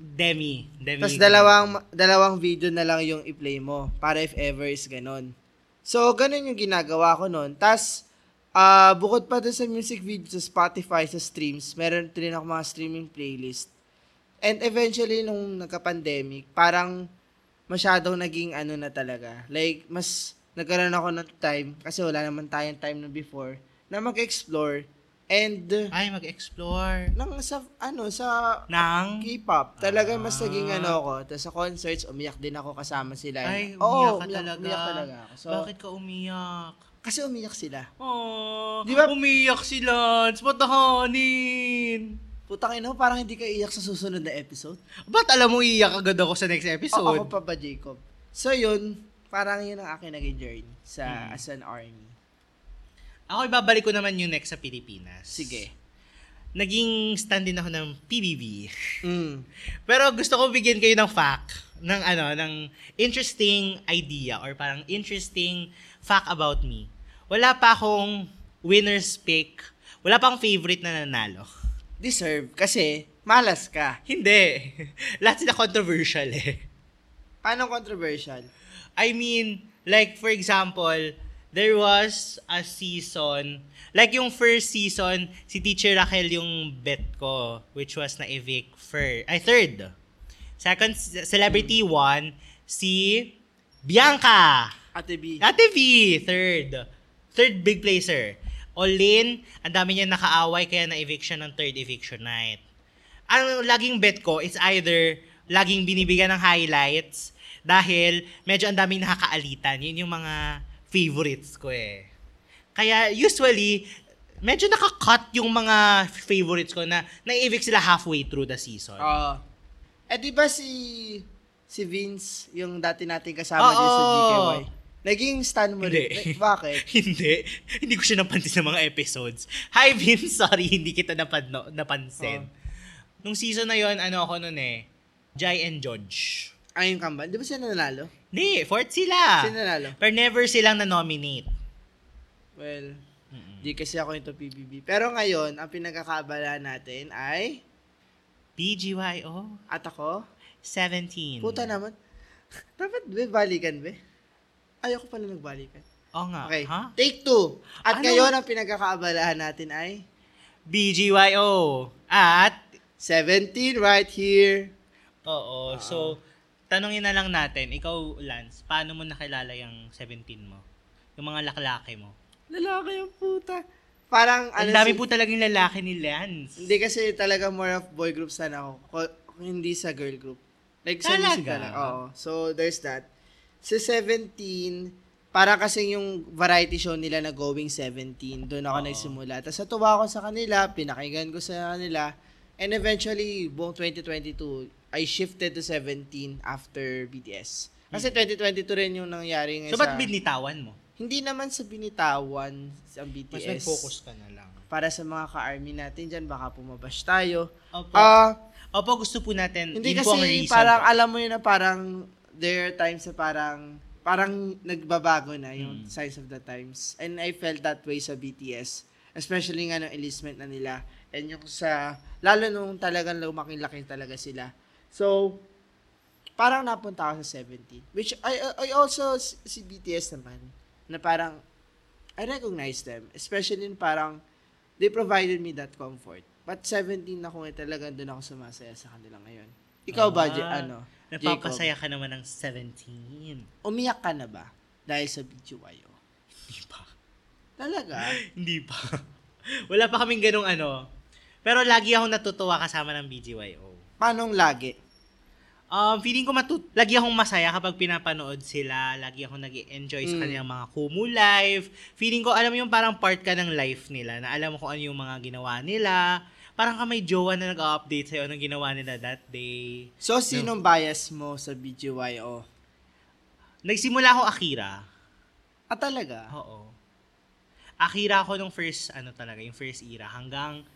A: Demi. Demi.
B: Tapos dalawang, dalawang video na lang yung i-play mo. Para if ever is ganun. So, ganun yung ginagawa ko nun. Tapos, ah, bukod pa dun sa music video, sa Spotify, sa streams, meron din ako mga streaming playlist. And eventually, nung nagka-pandemic, parang masyadong naging ano na talaga. Like, mas nagkaroon ako ng time, kasi wala naman tayong time na before, na mag-explore and uh,
A: Ay, mag-explore.
B: nang sa, ano, sa
A: Nang?
B: K-pop. Talaga mas
A: Ah.
B: naging ano ako. Tapos sa concerts, umiyak din ako kasama sila.
A: Ay, umiyak ka
B: Oo,
A: talaga.
B: Umiyak talaga ako. So,
A: Bakit ka umiyak?
B: Kasi umiyak sila.
A: Oh,
B: Di ba-
A: umiyak si Lance, patahanin.
B: Putang ina, parang hindi ka iyak sa susunod na episode.
A: Ba't alam mo iiyak agad ako sa next
B: O,
A: episode?
B: ako pa ba, Jacob? So yun, parang yun ang akin naging journey sa
A: Hmm.
B: as an army.
A: Ako, ibabalik ko naman yung next sa Pilipinas.
B: Sige.
A: Naging stand din ako ng PBB.
B: Mm.
A: Pero gusto ko bigyan kayo ng fact, ng ano, ng interesting idea or parang interesting fact about me. Wala pa akong winner's pick. Wala pa akong favorite na nanalo.
B: Deserve. Kasi, malas ka.
A: Hindi. Lahat sila controversial eh.
B: Paano controversial?
A: I mean, like for example, there was a season, like yung first season, si Teacher Raquel yung bet ko, which was na evict fir ay third. Second c- celebrity one, si Bianca.
B: Ate B.
A: Ate V, third. Third big placer. Olin, ang dami niya nakaaway kaya na-eviction ng third eviction night. Ang laging bet ko is either laging binibigyan ng highlights dahil medyo ang daming nakakaalitan. Yun yung mga favorites ko eh. Kaya usually, medyo nakakat yung mga favorites ko na na-evict sila halfway through the season.
B: Oo. Eh, di ba si si Vince, yung dati nating kasama
A: Ah, Oo.
B: din sa GKY? Naging stan mo rin.
A: Hindi.
B: Eh, Bakit?
A: hindi. Hindi ko siya napansin sa mga episodes. Hi, Vin. Sorry, hindi kita napadno, napansin.
B: Oh.
A: Nung season na yon ano ako nun eh, Jai and George.
B: Ay, Ah, yung kamban. Di ba siya nanalo?
A: Hindi, fourth sila.
B: Sino nanalo?
A: Pero never silang na-nominate.
B: Well, di kasi ako into PBB. Pero ngayon, ang pinagkakabala natin ay
A: BGYO
B: at ako.
A: 17.
B: Puta naman. Dapat ba balikan ba? Ayoko pala nagbalikan.
A: Oo nga.
B: Okay.
A: Ah, Ha?
B: Take two. At
A: Ano?
B: ngayon, ang pinagkakaabalahan natin ay
A: BGYO. At,
B: 17 right here. Ah.
A: oo. So, tanongin na lang natin, ikaw, Lance, paano mo nakilala yung 17 mo? Yung mga laklaki mo?
B: Lalaki yung puta. Parang ano
A: Ang dami
B: si-
A: po talagang lalaki ni Lance.
B: Hindi kasi talaga more of boy group sana ako. Ko- Hindi sa girl group. Like, sa music
A: Talaga?
B: talaga. Oo. So, there's that. Sa 17, para kasi yung variety show nila na Going 17, doon ako
A: Oo.
B: nagsimula. Tapos natuwa ako sa kanila, pinakinggan ko sa kanila. And eventually, buong 2022, I shifted to 17 after BTS. Kasi 2022 rin yung nangyari
A: Hmm.
B: ngayon
A: So,
B: sa...
A: ba't binitawan mo?
B: hindi naman sa binitawan ang BTS.
A: Mas nag-focus ka na lang.
B: Para sa mga ka-army natin dyan, baka pumabash tayo.
A: Opo.
B: Ah,
A: Opo, gusto po natin.
B: hindi
A: yun
B: kasi
A: po ang reason.
B: parang alam mo yun na parang there are times na parang parang nagbabago na
A: Mm.
B: yung signs of the times. And I felt that way sa BTS. Especially nga ng enlistment na nila. And yung sa, lalo nung talagang lumaki-laki talaga sila. So, parang napunta ako sa 17. Which I, I also, s- si BTS naman, na parang, I recognize them. Especially in parang, they provided me that comfort. But 17 ako eh, talagang doon ako sumasaya sa kanila ngayon. Ikaw ba,
A: Ah.
B: Je- ano?
A: Napapasaya ka naman ng 17.
B: Umiyak ka na ba? Dahil sa BGYO.
A: Hindi pa.
B: Talaga?
A: Hindi pa. Wala pa kaming ganong ano. Pero lagi akong natutuwa kasama ng BGYO.
B: Paanong lagi?
A: Um, feeling ko matut lagi akong masaya kapag pinapanood sila. Lagi akong nag enjoy sa
B: Mm.
A: kanilang mga Kumu life. Feeling ko, alam mo yung parang part ka ng life nila, na alam mo kung ano yung mga ginawa nila. Parang ka may jowa na nag-update sa'yo anong ginawa nila that day.
B: So, sinong bias mo sa BGYO?
A: Nagsimula ako Akira.
B: Ah, talaga?
A: Oo. Akira ako nung first, ano talaga, yung first era. Hanggang,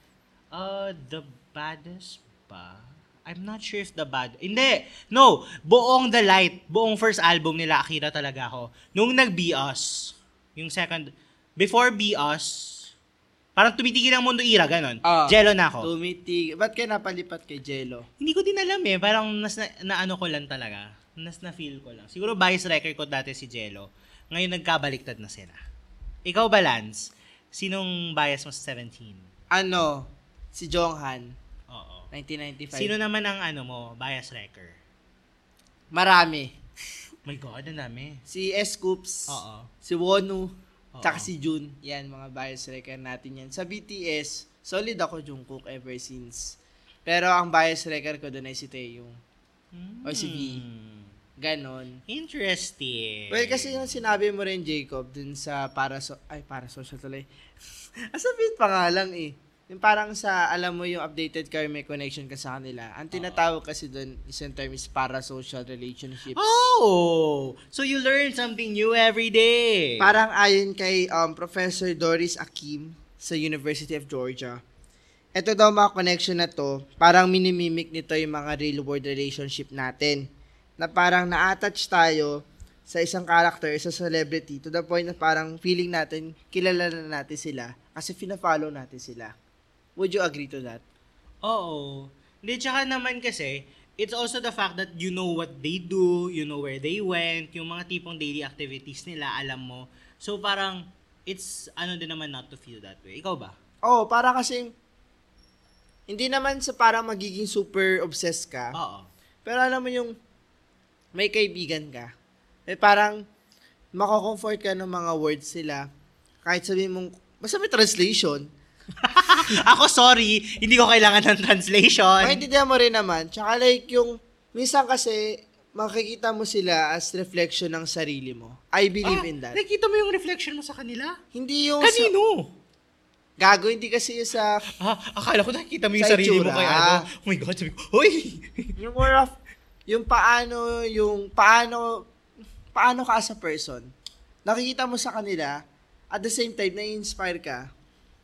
A: uh, the baddest ba? I'm not sure if the bad... Hindi! No! Buong The Light, buong first album nila, Akira talaga ako. Nung nag-Be Us, yung second... Before Be Us, parang tumitigil ang mundo ira, ganon.
B: Ah.
A: Jello na ako.
B: Tumitig. Ba't kayo napalipat kay Jello?
A: Hindi ko din alam eh. Parang nas na, naano ko lang talaga. Nas na feel ko lang. Siguro bias record ko dati si Jello. Ngayon nagkabaliktad na sila. Ikaw ba, Lance? Sinong bias mo sa 17?
B: Ano? Si Jonghan.
A: Oo.
B: 1995.
A: Sino naman ang ano mo, bias wrecker?
B: Marami.
A: My God, ang dami.
B: Si S. Coops.
A: Oo.
B: Si Wonu.
A: Oo.
B: Tsaka si Jun. Yan, mga bias record natin yan. Sa BTS, solid ako Jungkook ever since. Pero ang bias record ko doon ay si Taeyong.
A: Hmm.
B: O, si V. Ganon.
A: Interesting.
B: Well, kasi yung sinabi mo rin, Jacob, dun sa para so ay, para social tuloy. Asabit pa nga lang eh. Yung parang sa, alam mo, yung updated karmic connection ka sa kanila. Ang tinatawag kasi dun, isang term is parasocial relationships.
A: Oh! So you learn something new every day.
B: Parang ayon kay um, Professor Doris Akim sa University of Georgia. Ito daw mga connection na to, parang minimimic nito yung mga real world relationship natin. Na parang na-attach tayo sa isang character, sa celebrity, to the point na parang feeling natin, kilala na natin sila kasi fina-follow natin sila. Would you agree to that?
A: Oo. Hindi, tsaka naman kasi, it's also the fact that you know what they do, you know where they went, yung mga tipong daily activities nila, alam mo. So parang, it's ano din naman not to feel that way. Ikaw ba?
B: Oo, para kasi hindi naman sa parang magiging super obsessed ka.
A: Oo.
B: Pero alam mo yung may kaibigan ka. Eh parang makakomfort ka ng mga words sila. Kahit sabihin mong, basta may translation.
A: Ako, sorry, hindi ko kailangan ng translation.
B: Maintindihan mo rin naman. Tsaka like yung, minsan kasi, makikita mo sila as reflection ng sarili mo. I believe in that. Oh,
A: Nakita mo yung reflection mo sa kanila?
B: hindi yung sa-
A: Ah, Kanino?
B: gago, hindi kasi yung sa,
A: Ah, akala ko nakita mo yung
B: Sa
A: sarili mo
B: itsura.
A: kay ano. Oh my God, sabi ko, Hoy!
B: yung more of, yung paano, yung paano, paano ka as a person. Nakikita mo sa kanila, at the same time, nai-inspire ka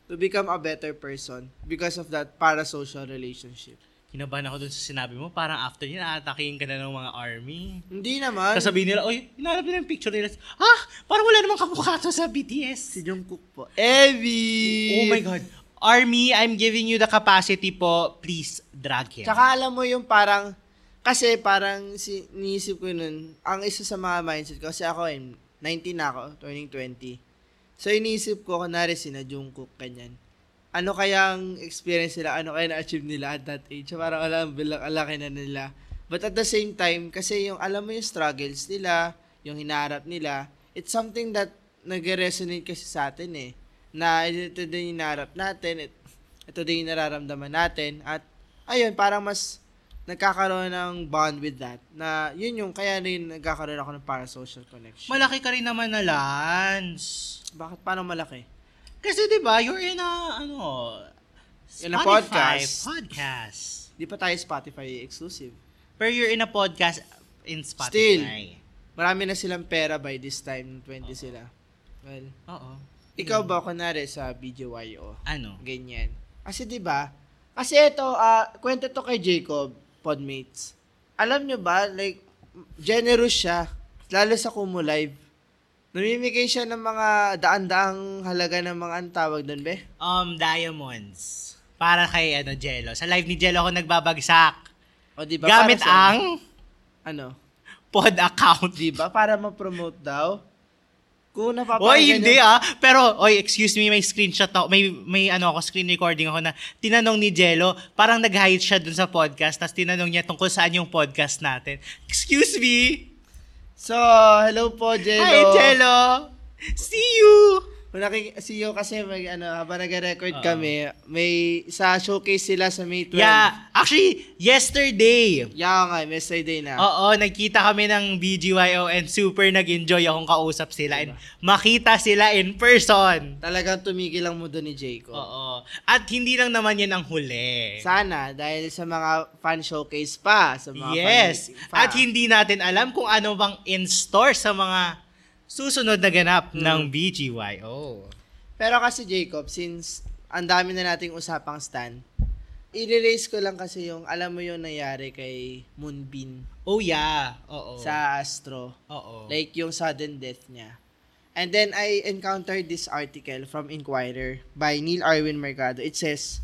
B: to become a better person because of that parasocial relationship.
A: Kinabahan ako dun sa sinabi mo, parang after yun, aatakihin ka na ng mga army.
B: Hindi naman.
A: Tapos sabihin nila, oy, hinahanap nila yung picture nila. Ah, parang wala namang kamukha to sa
B: si
A: BTS.
B: Jungkook po. Evi!
A: Oh my God. Army, I'm giving you the capacity po. Please, drag him.
B: Tsaka alam mo yung parang, kasi parang si, niisip ko nun, ang isa sa mga mindset ko, kasi ako, I'm 19 na ako, turning 20. So iniisip ko, kunwari si na Jungkook, kanyan. Ano kayang experience nila, ano kaya na-achieve nila at that age. So parang alam, bilak, alaki na nila. But at the same time, kasi yung alam mo yung struggles nila, yung hinaharap nila, it's something that nag-resonate kasi sa atin eh. Na ito din yung hinaharap natin, it- ito din yung nararamdaman natin. At ayun, parang mas nagkakaroon ng bond with that. Na yun yung, kaya rin nagkakaroon ako ng parasocial connection.
A: Malaki ka rin naman na Lance.
B: Bakit? Paano malaki?
A: Kasi 'di ba, you're in a ano,
B: In a
A: Spotify
B: podcast.
A: podcast.
B: Di pa tayo Spotify exclusive.
A: Pero you're in a podcast in
B: Still.
A: Spotify.
B: Marami na silang pera by this time, 20 sila. Well,
A: Oo.
B: ikaw ba, kunwari sa BJYO,
A: Ano?
B: ganyan. Kasi 'di ba? Kasi ito, ah, kwento to kay Jacob, podmates. Alam nyo ba, like, generous siya, lalo sa Kumu Live. Namimigay siya ng mga daan-daang halaga ng mga ang tawag doon, be?
A: Um diamonds. Para kay ano Jello. Sa live ni Jello ako nagbabagsak.
B: O, di ba?
A: Gamit
B: para saan?
A: ang
B: Ano?
A: pod account.
B: Di ba? Para ma-promote daw? Kung napapakinggan
A: Oy, hindi
B: nyo-
A: ah. Pero, oy, excuse me, may screenshot ako. May, may ano ako, screen recording ako na tinanong ni Jello, parang nag-hide siya dun sa podcast, tapos tinanong niya tungkol saan yung podcast natin. Excuse me!
B: So, hello po, Jello.
A: Hi, Jello! See you!
B: Kung nakik- see you kasi mag, ano, habang
A: Oo.
B: nag-record kami, may sa showcase sila sa May 12.
A: Yeah, actually, yesterday,
B: Yeah, nga, may Friday na.
A: oo, nagkita kami ng BGYO and super nag-enjoy akong kausap sila and
B: Diba?
A: makita sila in person.
B: Talagang tumigil ang mundo ni Jacob.
A: Oo. At hindi lang naman yan ang huli.
B: Sana, dahil sa mga fan showcase pa. Sa mga
A: Yes.
B: fan meeting pa.
A: At hindi natin alam kung ano bang in store sa mga susunod na ganap
B: Hmm.
A: ng BGYO.
B: Pero kasi Jacob, since ang dami na nating usapang stan, i-raise ko lang kasi yung, alam mo yung nangyari kay Moonbin
A: Oh yeah. Oo.
B: sa Astro.
A: Oo.
B: Like yung sudden death niya. And then I encountered this article from Inquirer by Neil Arwin Mercado. It says,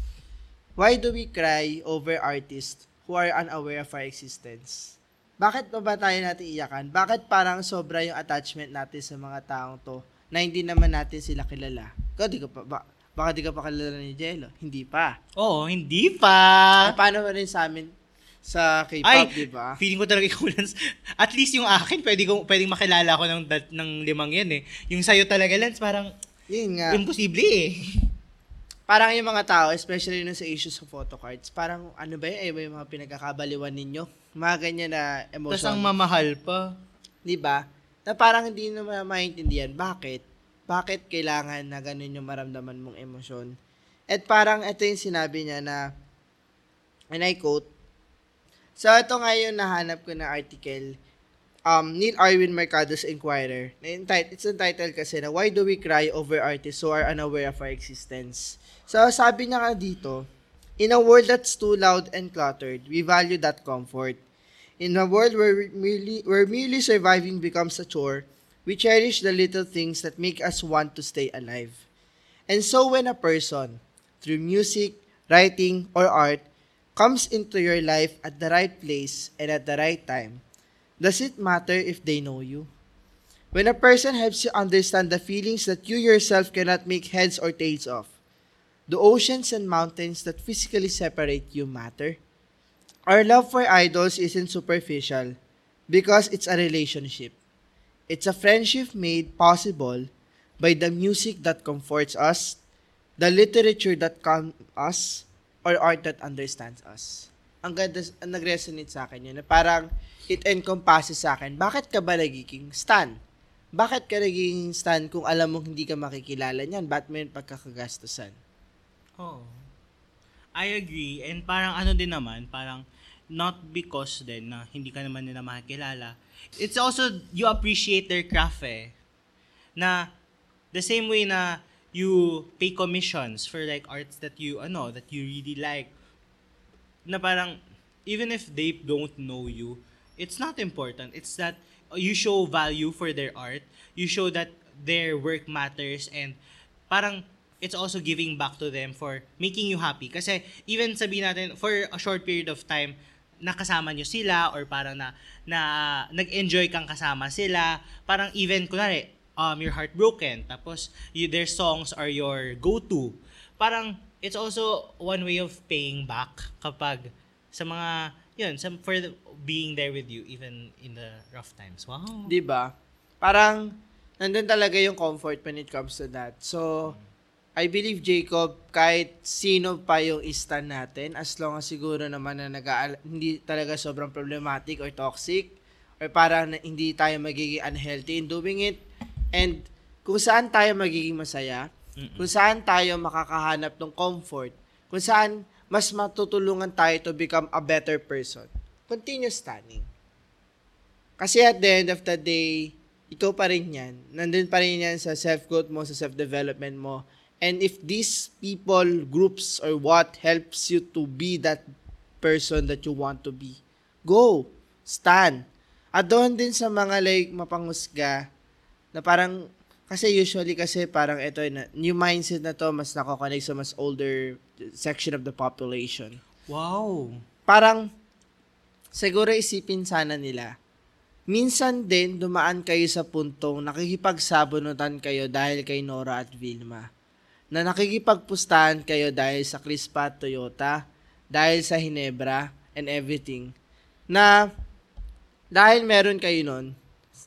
B: Why do we cry over artists who are unaware of our existence? Bakit pa ba tayo natin iyakan? Bakit parang sobra yung attachment natin sa mga taong to na hindi naman natin sila kilala? Ikaw, di ka pa, ba, baka di ka pa kilala ni Jello. Hindi pa.
A: Oo, hindi pa.
B: Eh, paano pa rin sa amin sa K-pop,
A: Ah.
B: diba?
A: Ay,
B: di ba?
A: feeling ko talaga yung Lance. At least yung akin, pwede ko, pwedeng makilala ko ng, dat- ng limang yan eh. Yung sa'yo talaga, Lance, parang
B: Yun nga.
A: imposible eh.
B: parang yung mga tao, especially nung sa issues sa photocards, parang ano ba yun, ay ba yung mga pinagkakabaliwan ninyo? Mga ganyan na
A: Tapos ang
B: emotion.
A: mamahal pa.
B: di ba? Na parang hindi naman maintindihan bakit. Bakit kailangan na ganun yung maramdaman mong emosyon. At parang ito yung sinabi niya na, and I quote, So ito nga yung nahanap ko na article, um, Neil Arwin Mercado's Inquirer. Na enti- It's entitled kasi na, Why Do We Cry Over Artists Who Are Unaware of Our Existence? So sabi niya nga dito, In a world that's too loud and cluttered, we value that comfort. In a world where we merely, where merely surviving becomes a chore, we cherish the little things that make us want to stay alive. And so when a person, through music, writing, or art, comes into your life at the right place and at the right time, does it matter if they know you? When a person helps you understand the feelings that you yourself cannot make heads or tails of, the oceans and mountains that physically separate you matter. Our love for idols isn't superficial because it's a relationship. It's a friendship made possible by the music that comforts us, the literature that calms us, or art that understands us. Ang ganda, ang nag-resonate sa akin yun, na parang it encompasses sa akin, bakit ka ba nagiging stan? Bakit ka nagiging stan kung alam mong hindi ka makikilala niyan? Ba't may pagkakagastusan?
A: Oo. I agree. And parang ano din naman, parang not because din na hindi ka naman nila makikilala. It's also, you appreciate their craft eh. Na, the same way na you pay commissions for like arts that you, ano, that you really like. Na parang, even if they don't know you, it's not important. It's that you show value for their art. You show that their work matters and parang it's also giving back to them for making you happy. Kasi even sabihin natin, for a short period of time, nakasama nyo sila or parang na, na nag-enjoy kang kasama sila. Parang even, kunwari, um, you're heartbroken. Tapos you, their songs are your go-to. Parang it's also one way of paying back kapag sa mga yun, some, for the- being there with you even in the rough times. Wow.
B: Di ba? Parang, nandun talaga yung comfort when it comes to that. So, I believe, Jacob, kahit sino pa yung istan natin, as long as siguro naman na nag hindi talaga sobrang problematic or toxic, or parang na- hindi tayo magiging unhealthy in doing it, and kung saan tayo magiging masaya,
A: Mm-mm.
B: kung saan tayo makakahanap ng comfort, kung saan mas matutulungan tayo to become a better person. Continue standing. Kasi at the end of the day, ikaw pa rin yan. Nandun pa rin yan sa self-growth mo, sa self-development mo. And if these people, groups, or what helps you to be that person that you want to be, go, stand. At doon din sa mga like mapangusga, na parang, kasi usually kasi parang ito, na- new mindset na to, mas nakokonek sa mas older section of the population
A: Wow.
B: parang siguro isipin sana nila, minsan din dumaan kayo sa puntong nakikipagsabunutan kayo dahil kay Nora at Vilma. Na nakikipagpustahan kayo dahil sa Crispa at Toyota, dahil sa Hinebra and everything. Na dahil meron kayo nun,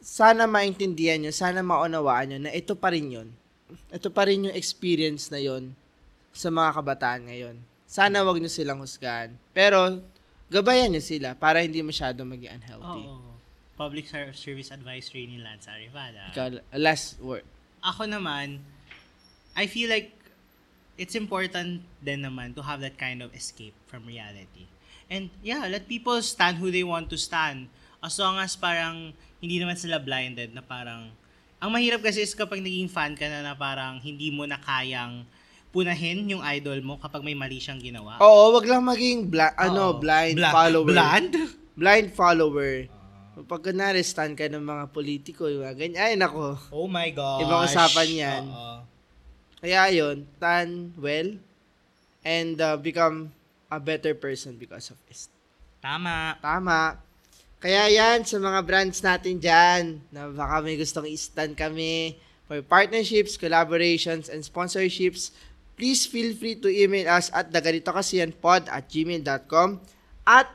B: sana maintindihan nyo, sana maunawaan nyo na ito pa rin yun. Ito pa rin yung experience na yon sa mga kabataan ngayon. Sana wag nyo silang husgahan. Pero, gabayan nyo sila para hindi masyado maging unhealthy.
A: Oo. Public ser- Service Advisory ni Lance Arivada.
B: Ikaw, last word.
A: Ako naman, I feel like it's important then naman to have that kind of escape from reality. And yeah, let people stand who they want to stand. As long as parang hindi naman sila blinded na parang ang mahirap kasi is kapag naging fan ka na na parang hindi mo na kayang punahin yung idol mo kapag may mali siyang ginawa.
B: Oo, wag lang maging bla- Oh, ano,
A: Oo.
B: blind
A: Bla-
B: follower.
A: Blind?
B: Blind follower. Pag kunwari, stan ka ng mga politiko, yung mga ganyan. Ay, nako.
A: Oh my gosh.
B: Ibang usapan yan.
A: Oo.
B: Kaya yun, tan well and uh, become a better person because of this.
A: Tama.
B: Tama. Kaya yan, sa mga brands natin dyan, na baka may gustong i-stand kami for partnerships, collaborations, and sponsorships, please feel free to email us at daganitokasiyanpod at gmail.com at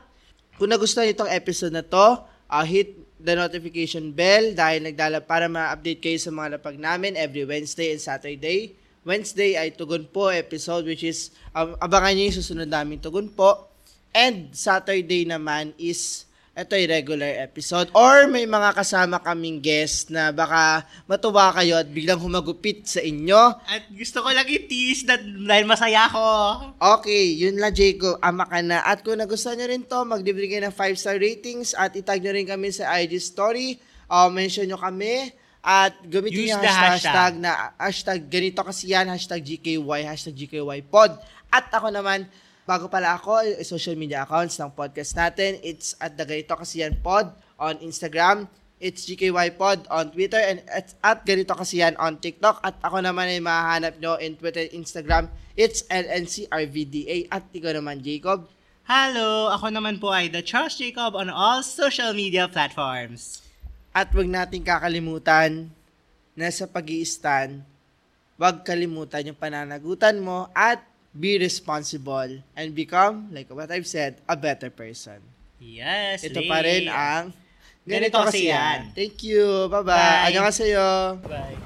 B: kung nagustuhan itong episode na to, uh, hit the notification bell dahil nagdala para ma-update kayo sa mga lapag namin every Wednesday and Saturday. Wednesday ay Tugon Po episode which is um, abangan nyo yung susunod naming Tugon Po. And Saturday naman is ito ay regular episode or may mga kasama kaming guest na baka matuwa kayo at biglang humagupit sa inyo.
A: At gusto ko lang i-tease that dahil masaya ako.
B: Okay, yun lang Jacob, ama ka na. At kung nagustuhan nyo rin to, magbibigay kayo ng 5-star ratings at itag nyo rin kami sa IG story. Uh, mention nyo kami at
A: Use
B: gamitin yung
A: the hashtag.
B: hashtag, na hashtag ganito kasi yan, hashtag GKY, hashtag GKY pod. At ako naman, bago pala ako, eh, social media accounts ng podcast natin, it's at the ganito kasi yan pod on Instagram, it's GKY pod on Twitter, and at, at ganito kasi yan on TikTok. At ako naman ay mahahanap nyo in Twitter, Instagram, it's LNCRVDA. At ikaw naman, Jacob.
A: Hello, ako naman po ay The Charles Jacob on all social media platforms.
B: At wag nating kakalimutan na sa pag stand wag kalimutan yung pananagutan mo at be responsible and become, like what I've said, a better person.
A: Yes,
B: Ito pa
A: Lee.
B: rin ang
A: Ganito kasi yan.
B: Ano Thank you. Bye-bye.
A: Bye.
B: Bye. Annyeonghaseyo.
A: Bye.